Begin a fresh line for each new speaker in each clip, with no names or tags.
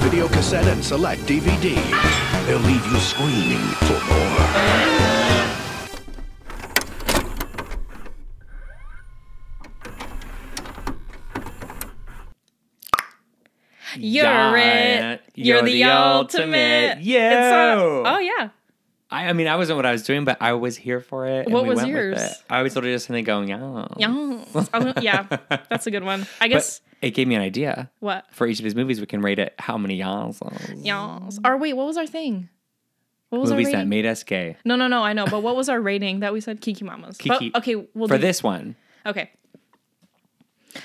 video cassette and select DVD. They'll leave you screaming for more.
You're
Yeah,
it. You're, the, ultimate. It's a-
Yo.
oh yeah.
I, I mean, I wasn't what I was doing, but I was here for it. and
What
we
was
went with
yours?
it. I was literally just sitting there going, yeah.
Yes. Oh, yeah. That's a good one. I
But
guess
it gave me an idea.
what?
For each of his movies, we can rate it how many yawns.
Yes. Or wait, what was our thing? What was
Movies
our
that
rating?
made us gay.
no, no, no. I know, but what was our rating that we said? Kiki Mamas. But-
Kiki-
okay, we'll
For
do-
this one.
Okay.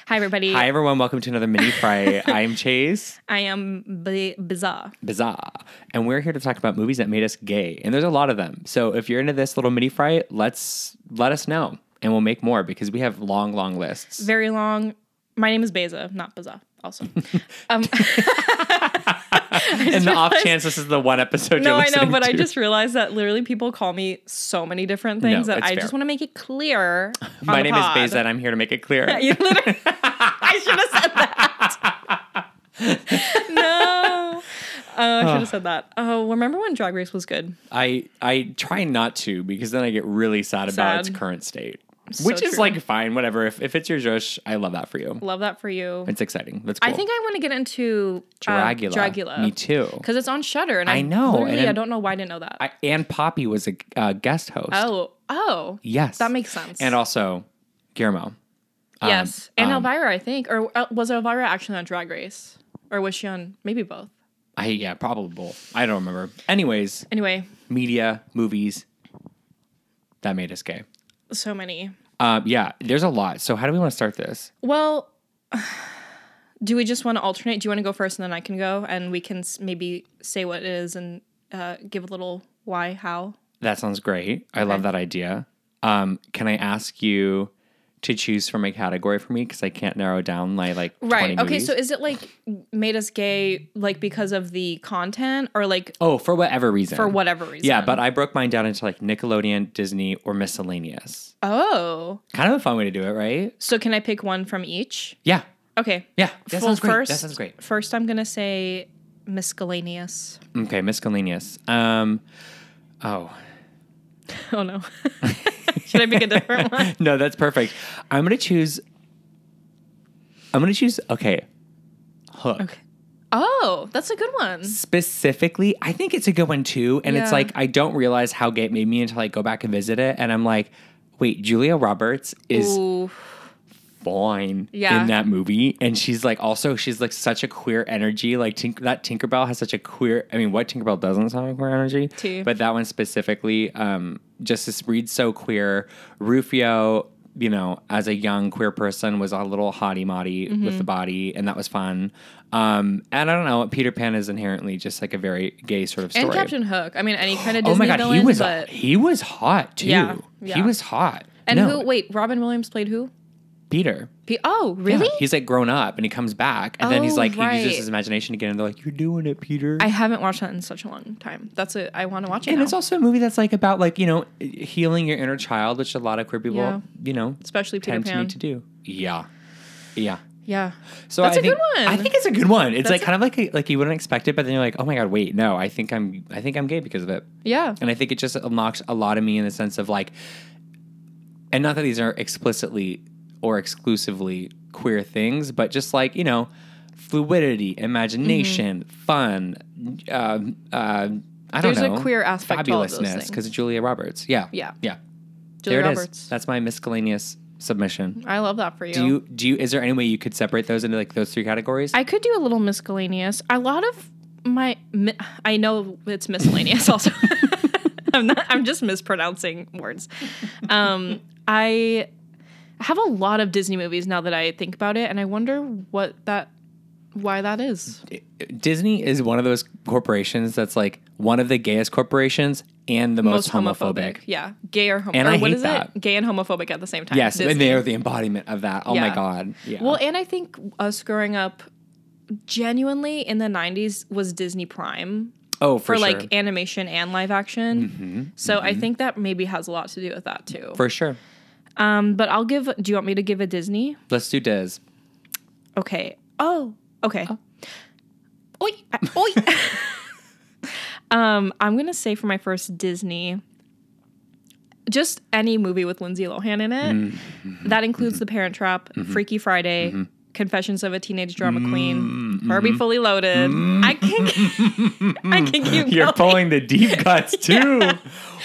Hi everybody.
Hi, everyone. Welcome to another mini fry. I'm Chase
I am b- bizarre.
Bizarre, and we're here to talk about movies that made us gay. And there's a lot of them. So if you're into this little mini fry, let's let us know, and we'll make more because we have long, long lists.
Very long. My name is Beza, not Bizarre. Also. Um,
and the off chance this is the one episode.
no,
you're
I know,
listening
but I
to.
just realized that literally people call me so many different things
No,
that
it's
I
fair.
just want to make it clear. on
My
the
name
pod.
is Beza, and I'm here to make it clear.
You literally- I should have said that. no. Oh, I should have said that. Oh, remember when Drag Race was good?
I I try not to because then I get really sad, about its
Sad.
current state, which is
true.
like fine, whatever. If if it's your Josh, I love that for you.
Love that for you.
It's exciting. That's cool.
I think I want to get into uh,
Dragula.
Dragula.
Me too.
Because it's on Shutter, and I,
I know, and
Literally, I
I'm-
don't know why I didn't know that.
I, and Poppy was a uh, guest host.
oh, oh,
yes,
that makes sense.
And also Guillermo. Um,
yes, and Elvira, I think, or uh, was Elvira actually on Drag Race, or was she on maybe both?
I yeah, probably both. I don't remember. Anyways,
Anyway,
media, movies, that made us gay.
so many.
Um, yeah, there's a lot. So how do we want to start this?
Well, do we just want to alternate? Do you want to go first and then I can go and we can s- maybe say what it is and uh, give a little why, how?
That sounds great. I love that idea. Um, can I ask you to choose from a category for me because I can't narrow down my like 20
Okay. So
movies.
is it like made us gay like because of the content or like
oh, for whatever reason.
for whatever reason?
Yeah, but I broke mine down into like Nickelodeon, Disney, or miscellaneous.
Oh.
Kind of a fun way to do it, right?
So can I pick one from each?
Yeah,
Okay.
yeah. That
Well,
sounds great.
First,
That sounds great.
First, I'm going to say miscellaneous.
Okay, miscellaneous. Um, oh
Oh, no. Should I pick a different one?
no, that's perfect. I'm gonna choose. I'm gonna choose. Okay, Hook.
Oh, that's a good one.
specifically, I think it's a good one too. And it's
Yeah.
like I don't realize how gay it made me until I go back and visit it, and I'm like, wait, Julia Roberts is
Ooh.
fine
Yeah.
in that movie, and she's like also she's like such a queer energy. Like Tink- that Tinkerbell has such a queer. I mean, what Tinkerbell doesn't have a queer energy,
Too.
but that one specifically, um, Justice Reed's so queer. Rufio. You know, as a young queer person, was a little hottie moddy
Mm-hmm.
with the body, and that was fun. Um, and I don't know, Peter Pan is inherently just like a very gay sort of story.
And Captain Hook. I mean, any kind of Disney
oh my god,
villain.
he was
but,
he was hot too.
Yeah,
He
yeah.
was hot.
and
No,
who? Wait, Robin Williams played who?
Peter?
P- oh, really?
Yeah, he's like grown up and he comes back and then he's
Oh,
like he
right.
uses his imagination again and they're like, You're doing it, Peter.
I haven't watched that in such a long time. That's it. I want to watch it.
and
now.
it's also a movie that's like about like, you know, healing your inner child, which a lot of queer people,
Yeah.
you know,
especially Peter
tend to
Pan.
need to do. Yeah. Yeah.
yeah,
So
That's
I
a
think,
good one.
I think it's a good one. It's
That's
like
a-
kind of like a, like you wouldn't expect it, but then you're like, Oh my god, wait, no, I think I'm I think I'm gay because of it.
yeah,
And I think it just unlocks a lot of me in the sense of like, and not that these are explicitly or exclusively queer things, but just like, you know, fluidity, imagination, fun. Um, uh, I don't
Mm-hmm. There's a
know.
queer aspect to all of those
Fabulousness,
things.
because of Julia Roberts. Yeah.
Yeah.
Yeah.
Julia
there it is.
Roberts.
That's my miscellaneous submission.
I love that for you.
Do you, do you, is there any way you could separate those into like those three categories?
I could do a little miscellaneous. A lot of my, mi- I know it's miscellaneous. also, I'm not. I'm just mispronouncing words. Um, I have a lot of Disney movies now that I think about it, and I wonder what that, why that is.
Disney is one of those corporations that's like one of the gayest corporations and the most, homophobic.
Yeah, gay or homophobic.
And I
what
hate
is
that.
it? Gay and homophobic at the same time.
Yes, and
Disney.
they are the embodiment of that. Oh my
Yeah.
god. Yeah.
Well, and I think us growing up, genuinely in the '90s was Disney Prime
oh, for,
for,
sure. Mm-hmm.
like animation and live action. So I think that maybe has a lot to do with that too.
for sure.
um, but I'll give. Do you want me to give a Disney?
Let's do Diz. Oh.
Okay. Oh. Okay. Oi, uh, oi. um, I'm gonna say for my first Disney, just any movie with Lindsay Lohan in it.
Mm-hmm.
That includes The Parent Trap, Freaky Friday, Confessions of a Teenage Drama Queen,
Mm-hmm.
Herbie Fully Loaded. I can, I can keep
You're
going.
pulling the deep cuts too.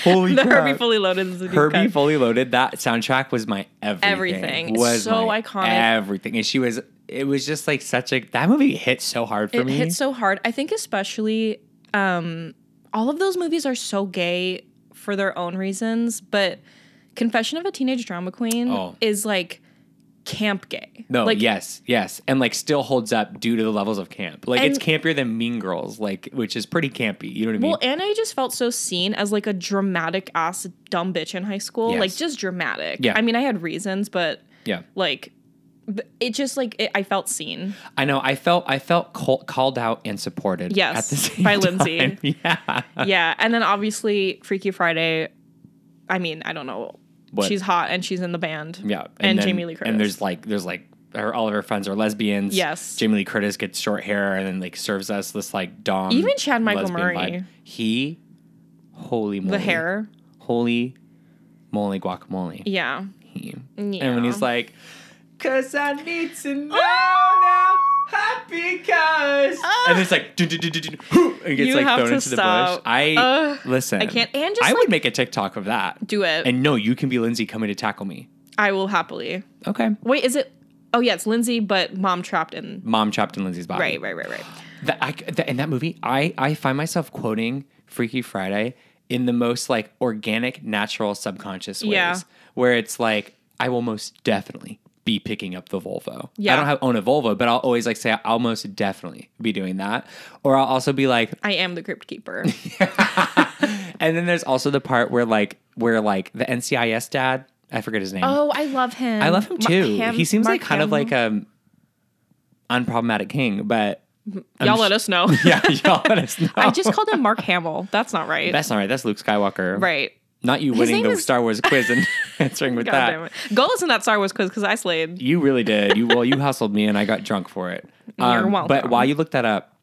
Holy
the
crap.
Herbie Fully Loaded is a deep
Herbie
cut.
Fully Loaded, that soundtrack was my everything.
Everything. It's
Was
so
my
iconic.
Everything. And she was, it was just like such a, that movie hit so hard for
It
me.
hits so hard. I think especially um, all of those movies are so gay for their own reasons, but Confession of a Teenage Drama Queen
Oh.
is like camp gay.
no,
like
yes, yes. And like still holds up due to the levels of camp. Like it's
And-
campier than Mean Girls, like, which is pretty campy. You know what I mean?
Well, and I just felt so seen as like a dramatic ass dumb bitch in high school,
Yes.
like just dramatic.
Yeah.
I mean, I had reasons, but
yeah.
like b- it just like it, I felt seen.
I know. I felt, I felt call, called out and supported.
Yes,
At the same
by Lindsay.
time. Yeah.
yeah, and then obviously Freaky Friday. I mean, I don't know.
What?
She's hot and she's in the band.
Yeah,
and,
then-
Jamie Lee Curtis.
And there's like there's like her, all of her friends are lesbians.
Yes.
Jamie Lee Curtis gets short hair and then like serves us this like dom.
Even Chad Michael
lesbian
Murray.
vibe. He, holy moly,
the hair.
holy moly guacamole.
Yeah.
He.
Yeah.
And when he's like, "Cause I need to know now." how Because and it's like dun, dun, dun, dun, dun, whoo, and
Ah.
gets
You
like
have
thrown
to
into the bush.
stop.
I
Ugh,
listen.
I can't- and just,
I
like-
would make a TikTok of that.
Do it.
And no, you can be Lindsay coming to tackle me.
I will happily.
Okay.
Wait, is it? Oh yeah, it's Lindsay, but mom trapped in.
mom chopped in Lindsay's body.
Right, right, right, right.
That, I, that, in that movie, I, I find myself quoting Freaky Friday in the most like organic, natural, subconscious ways.
Yeah.
Where it's like, I will most definitely be picking up the Volvo.
Yeah.
I don't have own a Volvo, but I'll always like say I'll most definitely be doing that. Or I'll also be like,
I am the crypt keeper.
and then there's also the part where like where like the NCIS dad, I forget his name.
oh, I love him.
I love him
Ma-
too.
Ham-
he seems
Mark
like kind of like
Hamill.
a unproblematic king, but
Y'all let us know.
um, yeah, y'all let us know.
I just called him Mark Hamill. That's not right.
That's not right. That's Luke Skywalker.
right.
Not you winning
name
the
is-
Star Wars quiz and answering with
God
that.
damn it. Go listen to that Star Wars quiz because I slayed.
You really did. You well, you hustled me and I got drunk for it. Um,
You're
But
welcome.
while you look that up,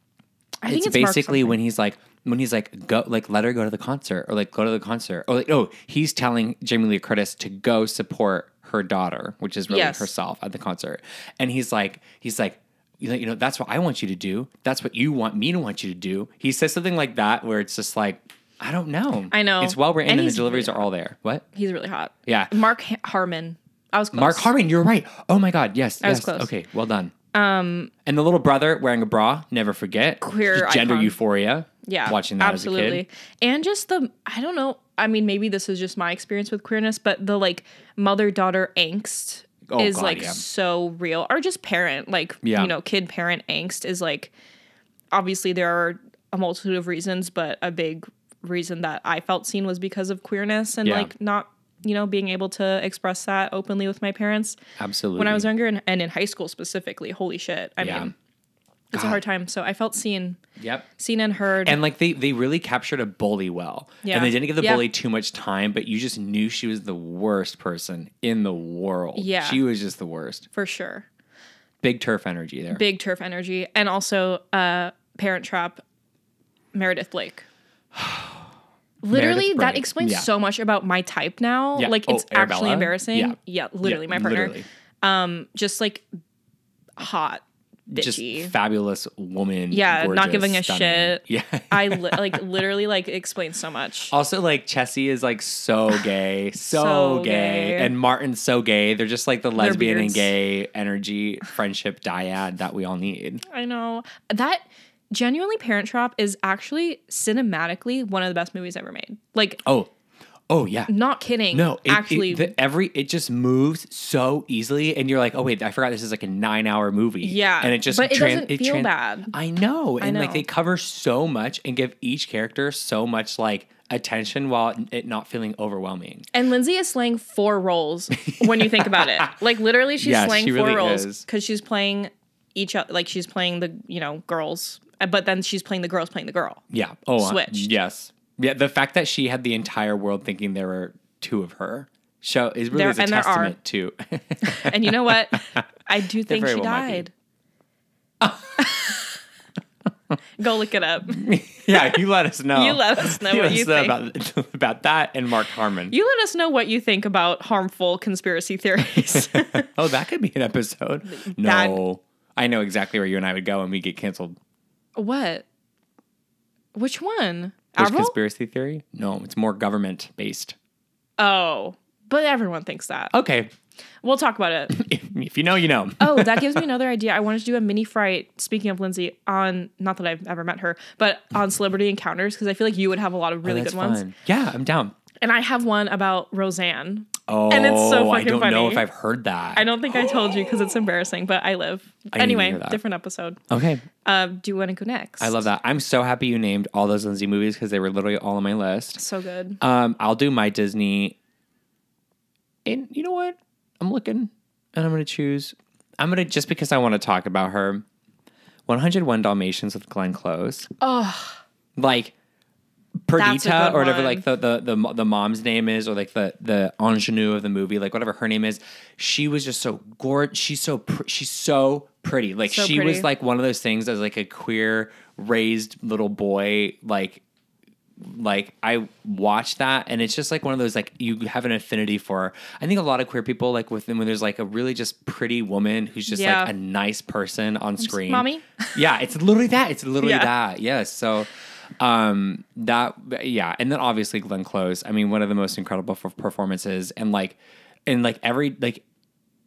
I
it's,
think it's Mark
basically
something.
when he's like when he's like go like let her go to the concert or like go to the concert or like oh he's telling Jamie Lee Curtis to go support her daughter, which is really
Yes.
herself at the concert, and he's like he's like. You know, you know, that's what I want you to do. That's what you want me to want you to do. He says something like that, where it's just like, I don't know.
I know.
It's well written,
And
and, the
he's
deliveries are all there. What?
He's really hot.
Yeah.
Mark ha- Harmon. I was close.
Mark Harmon, you're right. Oh my God, yes,
was
yes.
close.
Okay, well done. Um, and the little brother wearing a bra, never forget.
Queer
gender
icon.
euphoria.
Yeah.
watching that as a
absolutely.
kid.
And just the I don't know. I mean, maybe this is just my experience with queerness, but the like mother daughter angst
Oh,
is
God,
like
yeah.
so real, or just parent like
Yeah.
you know kid parent angst is like obviously there are a multitude of reasons, but a big reason that I felt seen was because of queerness and
Yeah.
like not you know being able to express that openly with my parents
Absolutely.
when I was younger and, and in high school specifically. Holy shit! I
Yeah.
mean, it's a hard time. So I felt seen,
yep.
seen and heard.
And like they they really captured a bully well.
Yeah.
And they didn't give the
Yeah.
bully too much time, but you just knew she was the worst person in the world.
Yeah.
She was just the worst.
for sure.
Big turf energy there.
Big turf energy. And also uh Parent Trap, Meredith Blake. literally,
Meredith
that
Blake.
explains
Yeah.
so much about my type now.
Yeah.
Like
Oh,
it's actually
Arabella?
embarrassing.
Yeah.
Yeah, literally my
Yeah,
partner.
literally.
Just like hot,
Just
bitchy.
fabulous woman.
Yeah, not
gorgeous,
giving a
stunning.
shit.
Yeah.
I li- like literally like explains so much.
Also, like Chessie is like so gay, so,
So
gay.
gay.
and Martin's so gay. They're just like the lesbian and
beards.
gay energy friendship dyad that we all need.
I know. That genuinely Parent Trap is actually cinematically one of the best movies ever made. Like
Oh, oh yeah.
not kidding.
No, it,
actually
it, the, every it just moves so easily, and you're like, oh wait, I forgot this is like a nine hour movie.
Yeah,
and it just
but it
tran-
doesn't feel
tran-
bad.
I know, and like
know.
they cover so much and give each character so much like attention while it not feeling overwhelming.
And Lindsay is slaying four roles when you think about it. Like literally, she's
Yes,
slaying
she
four
really
roles
is.
because she's playing each other. Like she's playing the you know girls, uh, but then she's playing the girls playing the girl.
Yeah. Oh, uh,
Switched.
yes. Yeah. The fact that she had the entire world thinking there were two of her show is really
There-
is a
and there are.
testament to.
And you know what? I do think
very
she
well might be.
died. Go look it up.
yeah, you let us know.
You let us know
You
what
let
you
us know
think.
about about that and Mark Harmon.
You let us know what you think about harmful conspiracy theories.
oh, that could be an episode.
That-
No, I know exactly where you and I would go, and we get canceled.
what? Which one?
Which
Avril?
conspiracy theory? No, it's more government based.
oh, but everyone thinks that.
Okay,
We'll talk about it.
if, if you know, you know.
oh, that gives me another idea. I wanted to do a mini fright. Speaking of Lindsay, on not that I've ever met her, but on celebrity encounters because I feel like you would have a lot of really
Oh, That's
good ones.
fun. Yeah, I'm down.
And I have one about Roseanne.
Oh,
And it's so
I
fucking
don't know
funny.
if I've heard that.
I don't think I told you because it's embarrassing, but I live.
to
anyway,
hear that.
different episode.
Okay,
Uh, do you want to go next?
I love that. I'm so happy you named all those Lindsay movies because they were literally all on my list.
So good.
Um, I'll do my Disney. And you know what? I'm looking, and I'm gonna choose. I'm gonna just because I want to talk about her. 101 Dalmatians with Glenn Close. Oh, like
That's a
Perdita
good
or whatever,
one.
like the, the the mo- the mom's name is, or like the the ingenue of the movie, like whatever her name is. She was just so gorgeous. She's so pr- she's so pretty. Like
So
she
pretty.
was like one of those things as like a queer raised little boy, like like I watch that and it's just like one of those like you have an affinity for. I think a lot of queer people like with when there's like a really just pretty woman who's just
Yeah.
like a nice person on screen.
mommy?
Yeah, it's literally that. It's literally
Yeah.
that. Yes. So um that yeah, and then obviously Glenn Close. I mean, one of the most incredible f- performances and like and like every like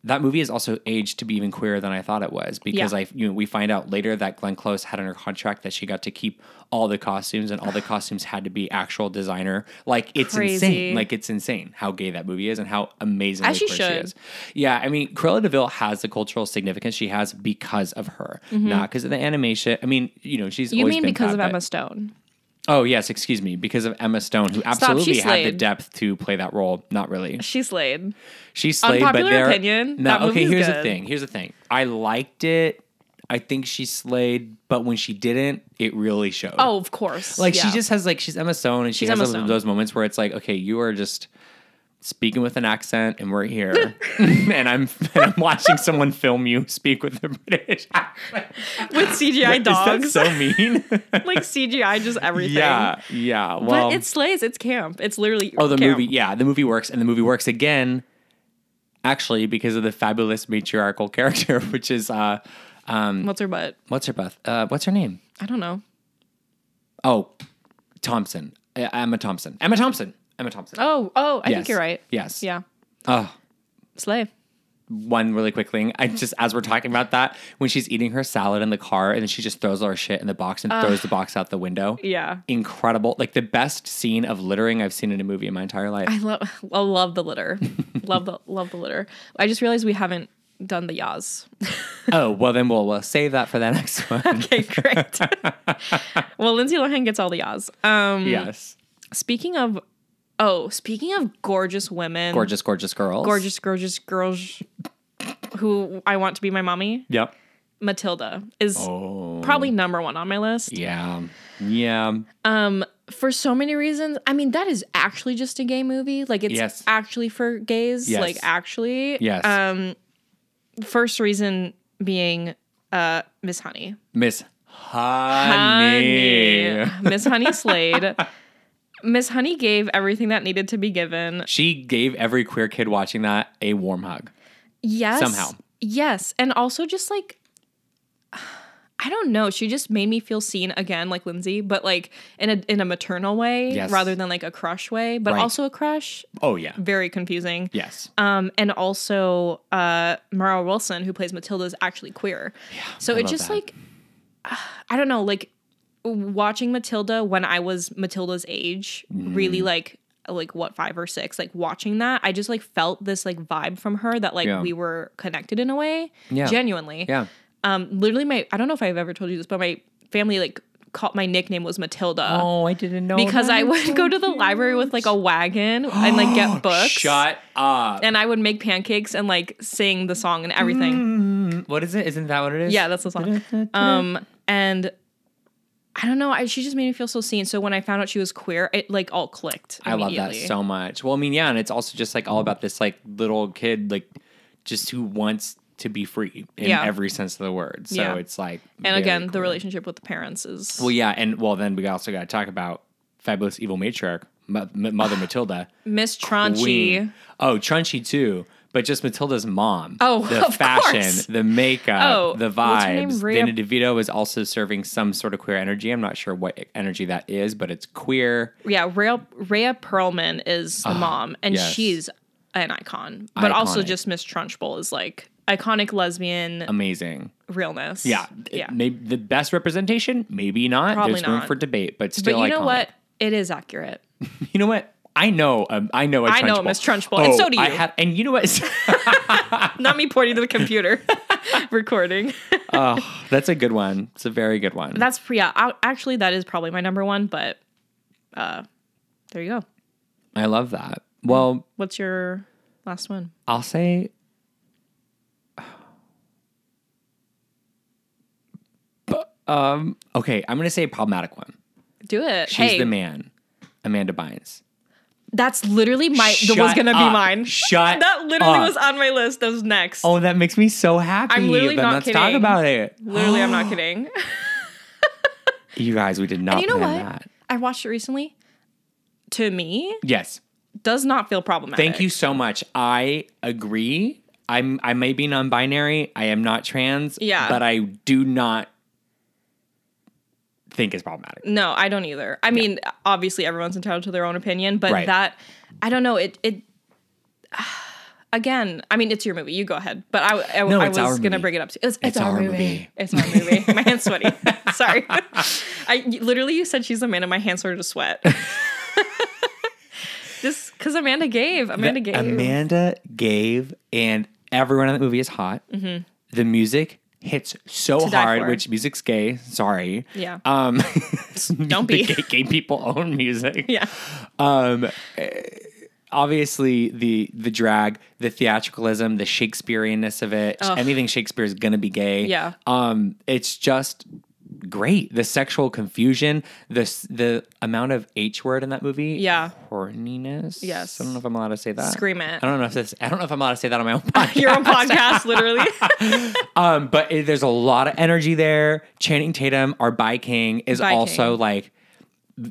that movie is also aged to be even queerer than I thought it was because
Yeah.
I you know, we find out later that Glenn Close had in her contract that she got to keep all the costumes and all the costumes had to be actual designer. Like it's
Crazy.
insane. Like it's insane how gay that movie is and how amazing
As she
she
should.
is. Yeah, I mean, Cruella Deville has the cultural significance she has because of her, not because of the animation. I mean, you know, she's
Mm-hmm. You
always
mean
been
because
fat,
of
but-
Emma Stone?
Oh yes, excuse me, because of Emma Stone, who
Stop, she
absolutely had the
slayed.
depth to play that role. Not really.
She slayed.
She slayed, but
Unpopular
there.
opinion,
No,
that
okay.
movie's
Here's the
good.
thing. Here's the thing. I liked it. I think she slayed, but when she didn't, it really showed.
Oh, of course.
like
Yeah.
she just has like she's Emma Stone, and she
She's
has
Emma
those-
Stone.
those moments where it's like, okay, you are just speaking with an accent, and we're here, and I'm and I'm watching someone film you speak with a British accent.
with CGI dogs,
Is that so mean?
like CGI, just everything.
yeah, yeah. Well,
But it slays. It's camp. It's literally
Oh, the
camp.
movie, yeah, the movie works, and the movie works again, actually, because of the fabulous matriarchal character, which is uh,
What's her butt?
what's her buff? Uh, what's her name?
I don't know.
Oh, Thompson, Uh, Emma Thompson, Emma Thompson, Emma Thompson.
Oh, oh, I think
Yes.
you're right.
Yes.
Yeah.
Oh.
Slay.
One really quick thing. I just as we're talking about that, when she's eating her salad in the car, and then she just throws all her shit in the box and throws the box out the window.
Yeah.
Incredible, like the best scene of littering I've seen in a movie in my entire life.
I love I love the litter. love the love the litter. I just realized we haven't done the yas.
oh well, then we'll, we'll save that for the next one.
Okay, great. well, Lindsay Lohan gets all the yas. Um
Yes.
speaking of oh, speaking of gorgeous women.
Gorgeous, gorgeous girls.
Gorgeous, gorgeous girls who I want to be my mommy.
Yep.
Matilda is
Oh.
probably number one on my list.
Yeah. Yeah.
for so many reasons. I mean, that is actually just a gay movie. Like it's
Yes.
actually for gays.
Yes.
Like actually.
Yes.
Um first reason being uh Miss Honey.
Miss Honey.
Miss Honey Slade. Miss Honey gave everything that needed to be given.
She gave every queer kid watching that a warm hug.
Yes.
Somehow.
Yes. And also just like I don't know. She just made me feel seen again, like Lindsay, but like in a in a maternal way
Yes.
rather than like a crush way, but
Right.
also a crush.
Oh yeah.
Very confusing.
Yes.
Um, and also uh, Mara Wilson, who plays Matilda, is actually queer. Yeah, so
I
it
love
just
that.
like I don't know, like watching Matilda when I was Matilda's age, really
Mm-hmm.
like like what five or six, like watching that, I just like felt this like vibe from her that like
Yeah.
we were connected in a way,
Yeah.
genuinely.
Yeah.
Um, literally, my I don't know if I've ever told you this, but my family like called my nickname was Matilda.
Oh, I didn't know.
Because I would go to the library with like a wagon and like get books
Shut up.
and I would make pancakes and like sing the song and everything.
What is it? Isn't that what it is?
Yeah, that's the song. Um, and I don't know. I, she just made me feel so seen. So when I found out she was queer, it like all clicked.
I love that
immediately.
so much. Well, I mean, yeah, and it's also just like all about this like little kid, like just who wants to be free in
Yeah.
every sense of the word. So
Yeah.
it's like
and
very
again, the
cool.
relationship with the parents is
Well, yeah, and well, then we also got to talk about fabulous evil matriarch, M- M- Mother Matilda.
Miss Tronchi.
Queen. Oh, Trunchy too. But just Matilda's mom.
Oh,
the
of
fashion,
course.
the makeup,
Oh,
the
what's her name?
vibes.
Rhea-
Danny DeVito is also serving some sort of queer energy. I'm not sure what energy that is, but it's queer.
Yeah, Rhea, Rhea Perlman is the mom, and
Ah, yes.
she's an icon. But also,
Iconic.
just Miss Trunchbull is like iconic lesbian
Amazing.
realness.
Yeah.
yeah.
Maybe the best representation, maybe not.
Probably
There's room
not.
for debate, but still
but you
iconic.
know what? It is accurate.
You know what? I know. Um, I know. A
I know
Trunchbull.
Miss Trunchbull, and so do
I
you.
have, and you know what?
Not me pointing to the computer, recording.
oh, that's a good one. It's a very good one.
That's yeah. I, actually, that is probably my number one. But uh, there you go.
I love that. Well,
What's your last one?
I'll say. But, um. Okay, I'm gonna say a problematic one.
Do it.
She's
hey,
the man, Amanda Bynes.
that's literally my. That was
Shut
gonna be
up.
mine.
Shut
that literally
up.
was on my list. That was next.
Oh, that makes me so happy.
I'm literally
then
not
let's talk
kidding.
about it.
Literally, I'm not kidding.
You guys, we did not
And you know
plan
what?
that.
I watched it recently. To me,
Yes.
does not feel problematic.
Thank you so much. I agree. I'm I may be non-binary. I am not trans.
Yeah.
But I do not think it's problematic.
No, I don't either. I mean, obviously everyone's entitled to their own opinion, but
Right.
that I don't know. It it again. I mean, it's your movie. You go ahead. But I I,
No,
I was
it's our
gonna
movie.
bring it up. To, it's, it's,
It's
our,
our
movie.
movie.
It's our movie. my hand's sweaty. Sorry. I literally you said she's the man, and my hand started to sweat. Just because Amanda gave. Amanda gave.
Amanda gave, and everyone in that movie is hot. The music hits so
Mm-hmm. die
hard,
for.
which music's gay. Sorry.
Yeah.
Um,
Don't be.
gay, gay people own music.
yeah.
Um, eh, obviously the the drag, the theatricalism, the Shakespeareanness of it. Anything Shakespeare is gonna be gay.
Yeah.
Um, it's just great. The sexual confusion, the s- the amount of H word in that movie.
Yeah.
Horniness.
Yes.
I don't know if I'm allowed to say that.
Scream it.
I don't know if this. I don't know if I'm allowed to say that on my own podcast.
Your own podcast, literally.
Um, but it, there's a lot of energy there. Channing Tatum, our bi king, is
Bi
also
king.
like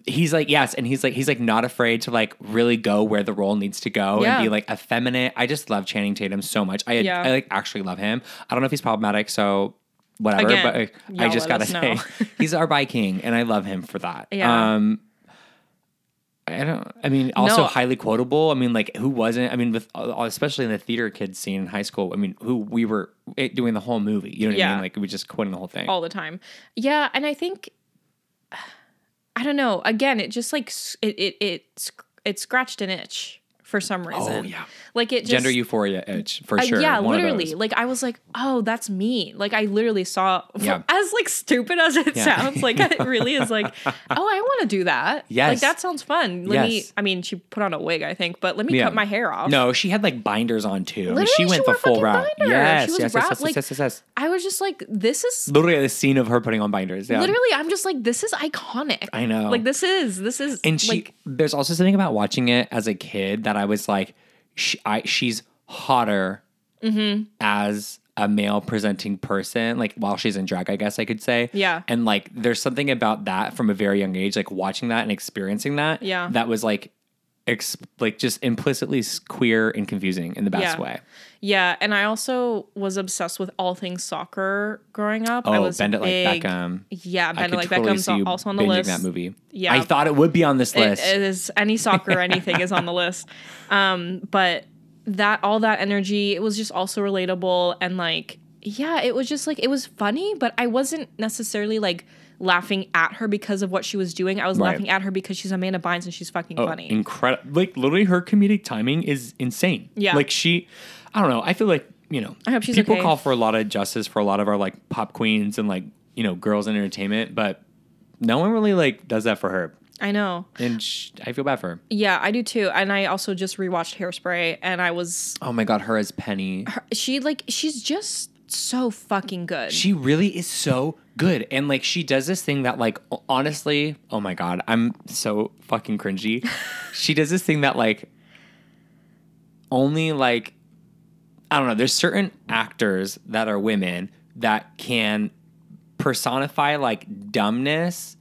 he's like yes, and he's like he's like not afraid to like really go where the role needs to go
Yeah.
and be like effeminate. I just love Channing Tatum so much. I
Yeah.
I like actually love him. I don't know if he's problematic, so whatever.
Again,
but like, I
y'all
just
let
gotta
us know.
say he's our bi king, and I love him for that.
Yeah.
Um, I don't. I mean, also
No.
highly quotable. I mean, like who wasn't? I mean, with uh, especially in the theater kids scene in high school. I mean, who we were it, doing the whole movie. You know what I
Yeah. Oh,
mean? Like we just quoting the whole thing.
all the time. Yeah, and I think I don't know. Again, it just like s- it it it, sc- it scratched an itch for some reason.
Oh, yeah.
like it just,
Gender euphoria itch for
I-
sure.
yeah,
One of
literally.
those.
Like I was like, oh, that's me. Like I literally saw.
Yeah.
As like stupid as it
Yeah.
sounds, like it really is. Like, oh, I want to do that. Like
Yes.
that sounds fun. Let me.
Yes.
I mean, she put on a wig, I think, but let me
Yeah.
cut my hair off.
No, she had like binders on too. I mean,
Literally,
she
she
went
wore
the full
fucking
route.
binders.
Yes,
She was
yes, yes,
wrapped,
yes,
like-
yes, yes, yes.
I was just like, this is
Literally the scene of her putting on binders. Yeah.
literally. I'm just like, this is iconic.
I know.
Like this is this is
And she,
like,
there's also something about watching it as a kid that I was like, she, I, she's hotter
Mm-hmm.
as a male presenting person, like while she's in drag, I guess I could say.
Yeah.
And like, there's something about that from a very young age, like watching that and experiencing that.
Yeah.
That was like, ex- like just implicitly s- queer and confusing in the best
Yeah.
way.
Yeah, and I also was obsessed with all things soccer growing up. I
Oh,
was
Bend It Like
big-
Beckham.
Yeah,
I
Bend It
could
Like
totally
Beckham's
see you
also on the
binging
list.
that movie.
Yeah.
I thought it would be on this
It
list.
is any soccer, anything is on the list. Um, but that all that energy, it was just also relatable and like yeah, it was just like it was funny, but I wasn't necessarily like laughing at her because of what she was doing. I was
Right. Oh,
laughing at her because she's Amanda Bynes and she's fucking funny.
Incredible. Like literally, her comedic timing is insane.
Yeah.
Like she, I don't know. I feel like you know.
I hope she's
people
okay.
call for a lot of justice for a lot of our like pop queens and like you know girls in entertainment, but no one really like does that for her,
I know.
and sh- I feel bad for her.
Yeah, I do too. And I also just rewatched Hairspray and I was
Oh my god, her as Penny.
she like she's just so fucking good.
She really is so good. And like she does this thing that like o- honestly, oh my god, I'm so fucking cringy. she does this thing that like only like I don't know. There's certain actors that are women that can personify like dumbness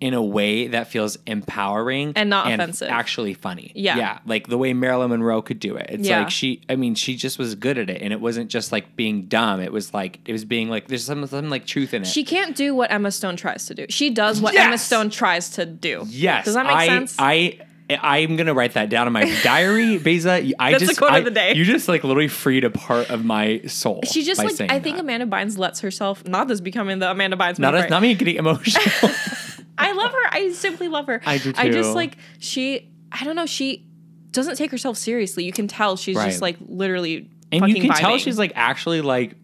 in a way that feels empowering
And not offensive.
actually funny.
Yeah.
yeah, like the way Marilyn Monroe could do it. It's
Yeah.
like she. I mean, she just was good at it, and it wasn't just like being dumb. It was like it was being like there's some some like truth in it.
She can't do what Emma Stone tries to do. She does what Emma
Yes!
Stone tries to do.
Yes.
Does that make
I,
sense?
I I'm gonna write that down in my diary, Beza. I
That's the
just
quote of
I-
the day.
You just like literally freed a part of my soul.
she just
by
like
saying
I think
that.
Amanda Bynes lets herself not this becoming the Amanda Bynes
not
movie,
us,
right?
not me getting emotional.
I love her. I simply love her.
I do
I
too.
just like she. I don't know. She doesn't take herself seriously. You can tell she's
Right.
just like literally.
and you
fucking
can tell
vibing.
she's like actually like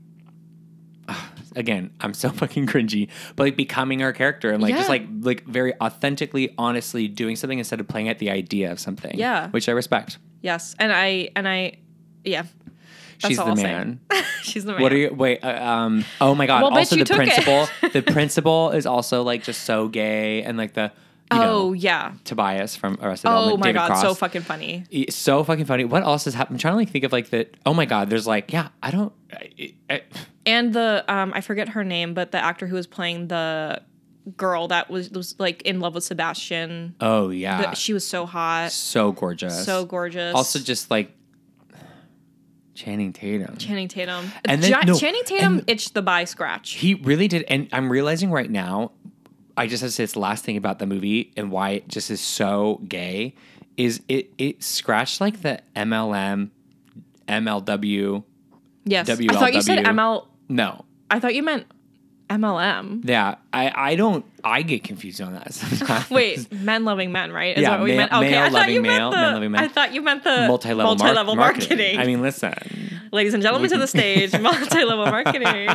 again i'm so fucking cringy but like becoming her character and like just
Yeah.
like like very authentically honestly doing something instead of playing at the idea of something
Yeah.
which i respect
yes, and I and I, yeah. That's
she's
all
the
I'll say.
man
she's the man.
what are you wait uh, um oh my god
Well, bitch,
also
you
the
took it.
principal the principal is also like just so gay and like the you
Oh
know
yeah.
tobias from arrested
Oh
development
my
david
god,
cross
so fucking funny.
It's so fucking funny. What else has happened? I'm trying to like think of like the. Oh my god, there's like yeah. I don't. I, I,
And the um, I forget her name, but the actor who was playing the girl that was was like in love with Sebastian.
oh yeah.
The- she was so hot,
so gorgeous.
so gorgeous.
Also, just like Channing Tatum.
Channing Tatum.
And then-
Ja-
no,
Channing Tatum itched the by scratch.
he really did. And I'm realizing right now, I just have to say this last thing about the movie and why it just is so gay is it it scratched like the MLM, MLW.
Yes, I thought you said
WLW.
ML.
No,
I thought you meant MLM.
yeah, I I don't. I get confused on that sometimes.
Wait, men loving men, right? Is
Yeah,
that what we
ma-
meant? Okay, I thought
male-loving
you
male,
meant the.
men-loving men.
I thought you meant the
Multi-level, mar-
multi-level marketing.
marketing. I mean, listen.
ladies and gentlemen, to the stage, multi-level marketing.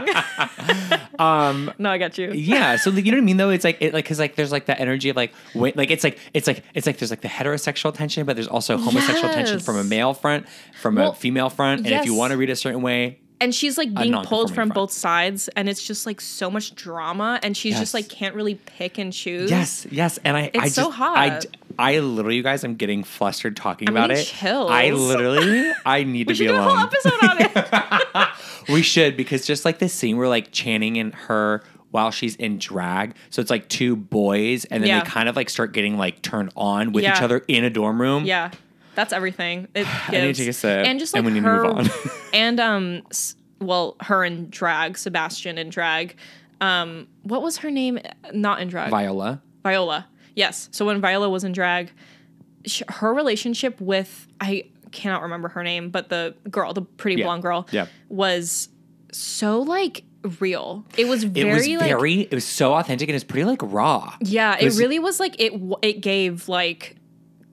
Um,
no, I got you.
yeah so like, you know what i mean though it's like it like because like there's like that energy of like wait like it's like it's like it's like there's like the heterosexual tension but there's also homosexual tension from a
Yes.
male front from
Well,
a female front and if you
yes.
want to read a certain way
And she's like being pulled
non-conforming
from
front.
both sides, and it's just like so much drama, and she's
Yes.
just like can't really pick and choose.
yes yes and i i
It's
just
so
i
hot.
d- I literally, you guys, I'm getting flustered talking
I'm
about it.
getting chills.
I literally, I need to
we should
be
do a whole
alone.
episode on it.
We should because just like this scene where like Channing and her while she's in drag, so it's like two boys, and then
Yeah.
they kind of like start getting like turned on with each
Yeah.
other in a dorm room.
Yeah, that's everything. It gives.
need to take a sip,
And just like
and we need to
her,
move
and um, s- well, her in drag, Sebastian in drag. Um, what was her name? Not in drag.
Viola.
Viola. Yes. So when Viola was in drag, sh- her relationship with I cannot remember her name, but the girl, the pretty
Yeah.
blonde girl,
Yeah.
was so like real. It was
It
very
was
like
very. It was so authentic and it's pretty like raw.
yeah, it
was-
really was like it. w- It gave like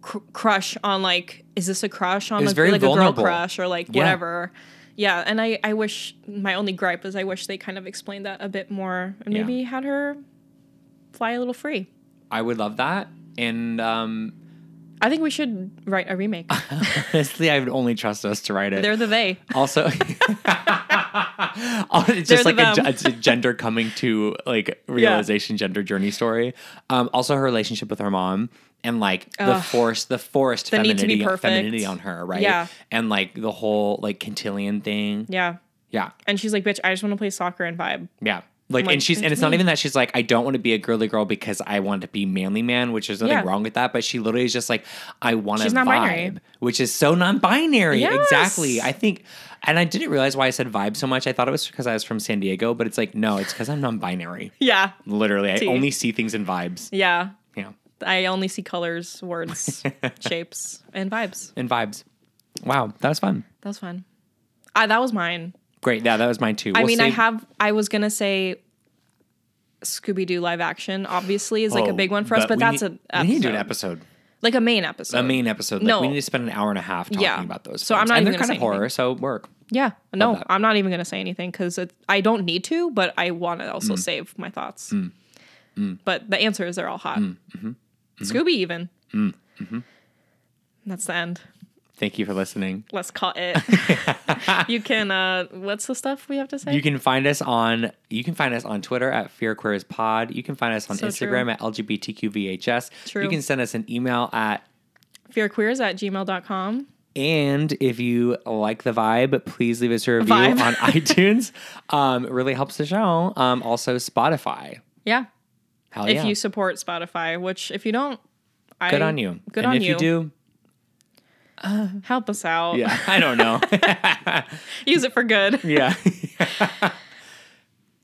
cr- crush on like is this a crush on
was
like,
very
like a
vulnerable.
girl crush or like
Yeah.
whatever. Yeah, and I I wish my only gripe is I wish they kind of explained that a bit more and
Yeah.
maybe had her fly a little free.
I would love that. And um,
I think we should write a remake.
honestly, I would only trust us to write it.
They're the they.
also, Oh, it's
They're
just
the
like a,
them.
ge- it's a gender coming to like realization, gender journey story. Um, also, her relationship with her mom and like the
Ugh.
forced the forced
The need to
femininity,
be perfect.
femininity on her, right?
Yeah.
And like the whole like cotillion thing.
Yeah.
Yeah.
And she's like, bitch, I just want to play soccer and vibe.
Yeah. Like,
like, "Mm-hmm."
and she's and
"That's
it's not
me."
even that she's like I don't want to be a girly girl because I want to be manly man, which there's nothing
Yeah.
wrong with that. But she literally is just like I want to
She's
vibe,
non-binary.
which is so non-binary. Exactly.
Yes.
I think, and I didn't realize why I said vibe so much. I thought it was because I was from San Diego, but it's like no, it's because I'm non-binary.
Yeah.
Literally, I
Tea.
only see things in vibes.
Yeah.
Yeah,
I only see colors, words, shapes, and vibes.
in vibes. Wow, that was fun.
That was fun. I, that was mine.
Great. Yeah, that was mine too.
I
We'll
mean, I
save-
have, I was going to say Scooby Doo live action, obviously, is like a
Oh,
big one for us, but
we
that's
need-
a
we need to do an episode.
Like a main episode.
A main episode. Like,
No.
we need to spend an hour and a half talking
Yeah.
about those.
So I'm
films.
not
And
even
they're
gonna
kind
say
of horror, so work.
yeah. No,
that.
I'm not even going to say anything because I don't need to, but I want to
Mm.
also save my thoughts. But the answer is they're all hot.
Mm. Mm-hmm.
Scooby, even. That's the end.
Thank you for listening.
let's call it. you can uh what's the stuff we have to say?
You can find us on you can find us on Twitter at Fear Queers Pod. You can find us on
So true.
Instagram at LGBTQVHS.
True.
You can send us an email at
fearqueers at gmail.com.
And if you like the vibe, please leave us a review
Vibe.
on iTunes. Um, it really helps the show. Um, also Spotify.
Yeah.
Hell
If
yeah.
you support Spotify, which if you don't, I,
good on you.
Good
and
on
if you. do,
Help us out.
yeah, I don't know.
Use it for good.
yeah.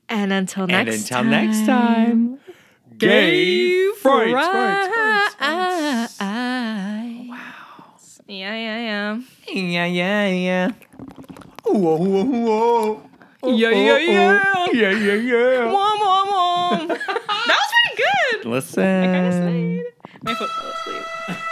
And until
and
next
until next time,
Gay
frights,
frights.
frights, frights.
Yeah, yeah,
Yeah, yeah, yeah. Whoa, whoa, whoa.
yeah. Yeah, yeah, yeah.
Yeah, yeah, yeah.
Wom, wom, wom. that was pretty good.
Listen.
I kinda slayed. My foot fell asleep.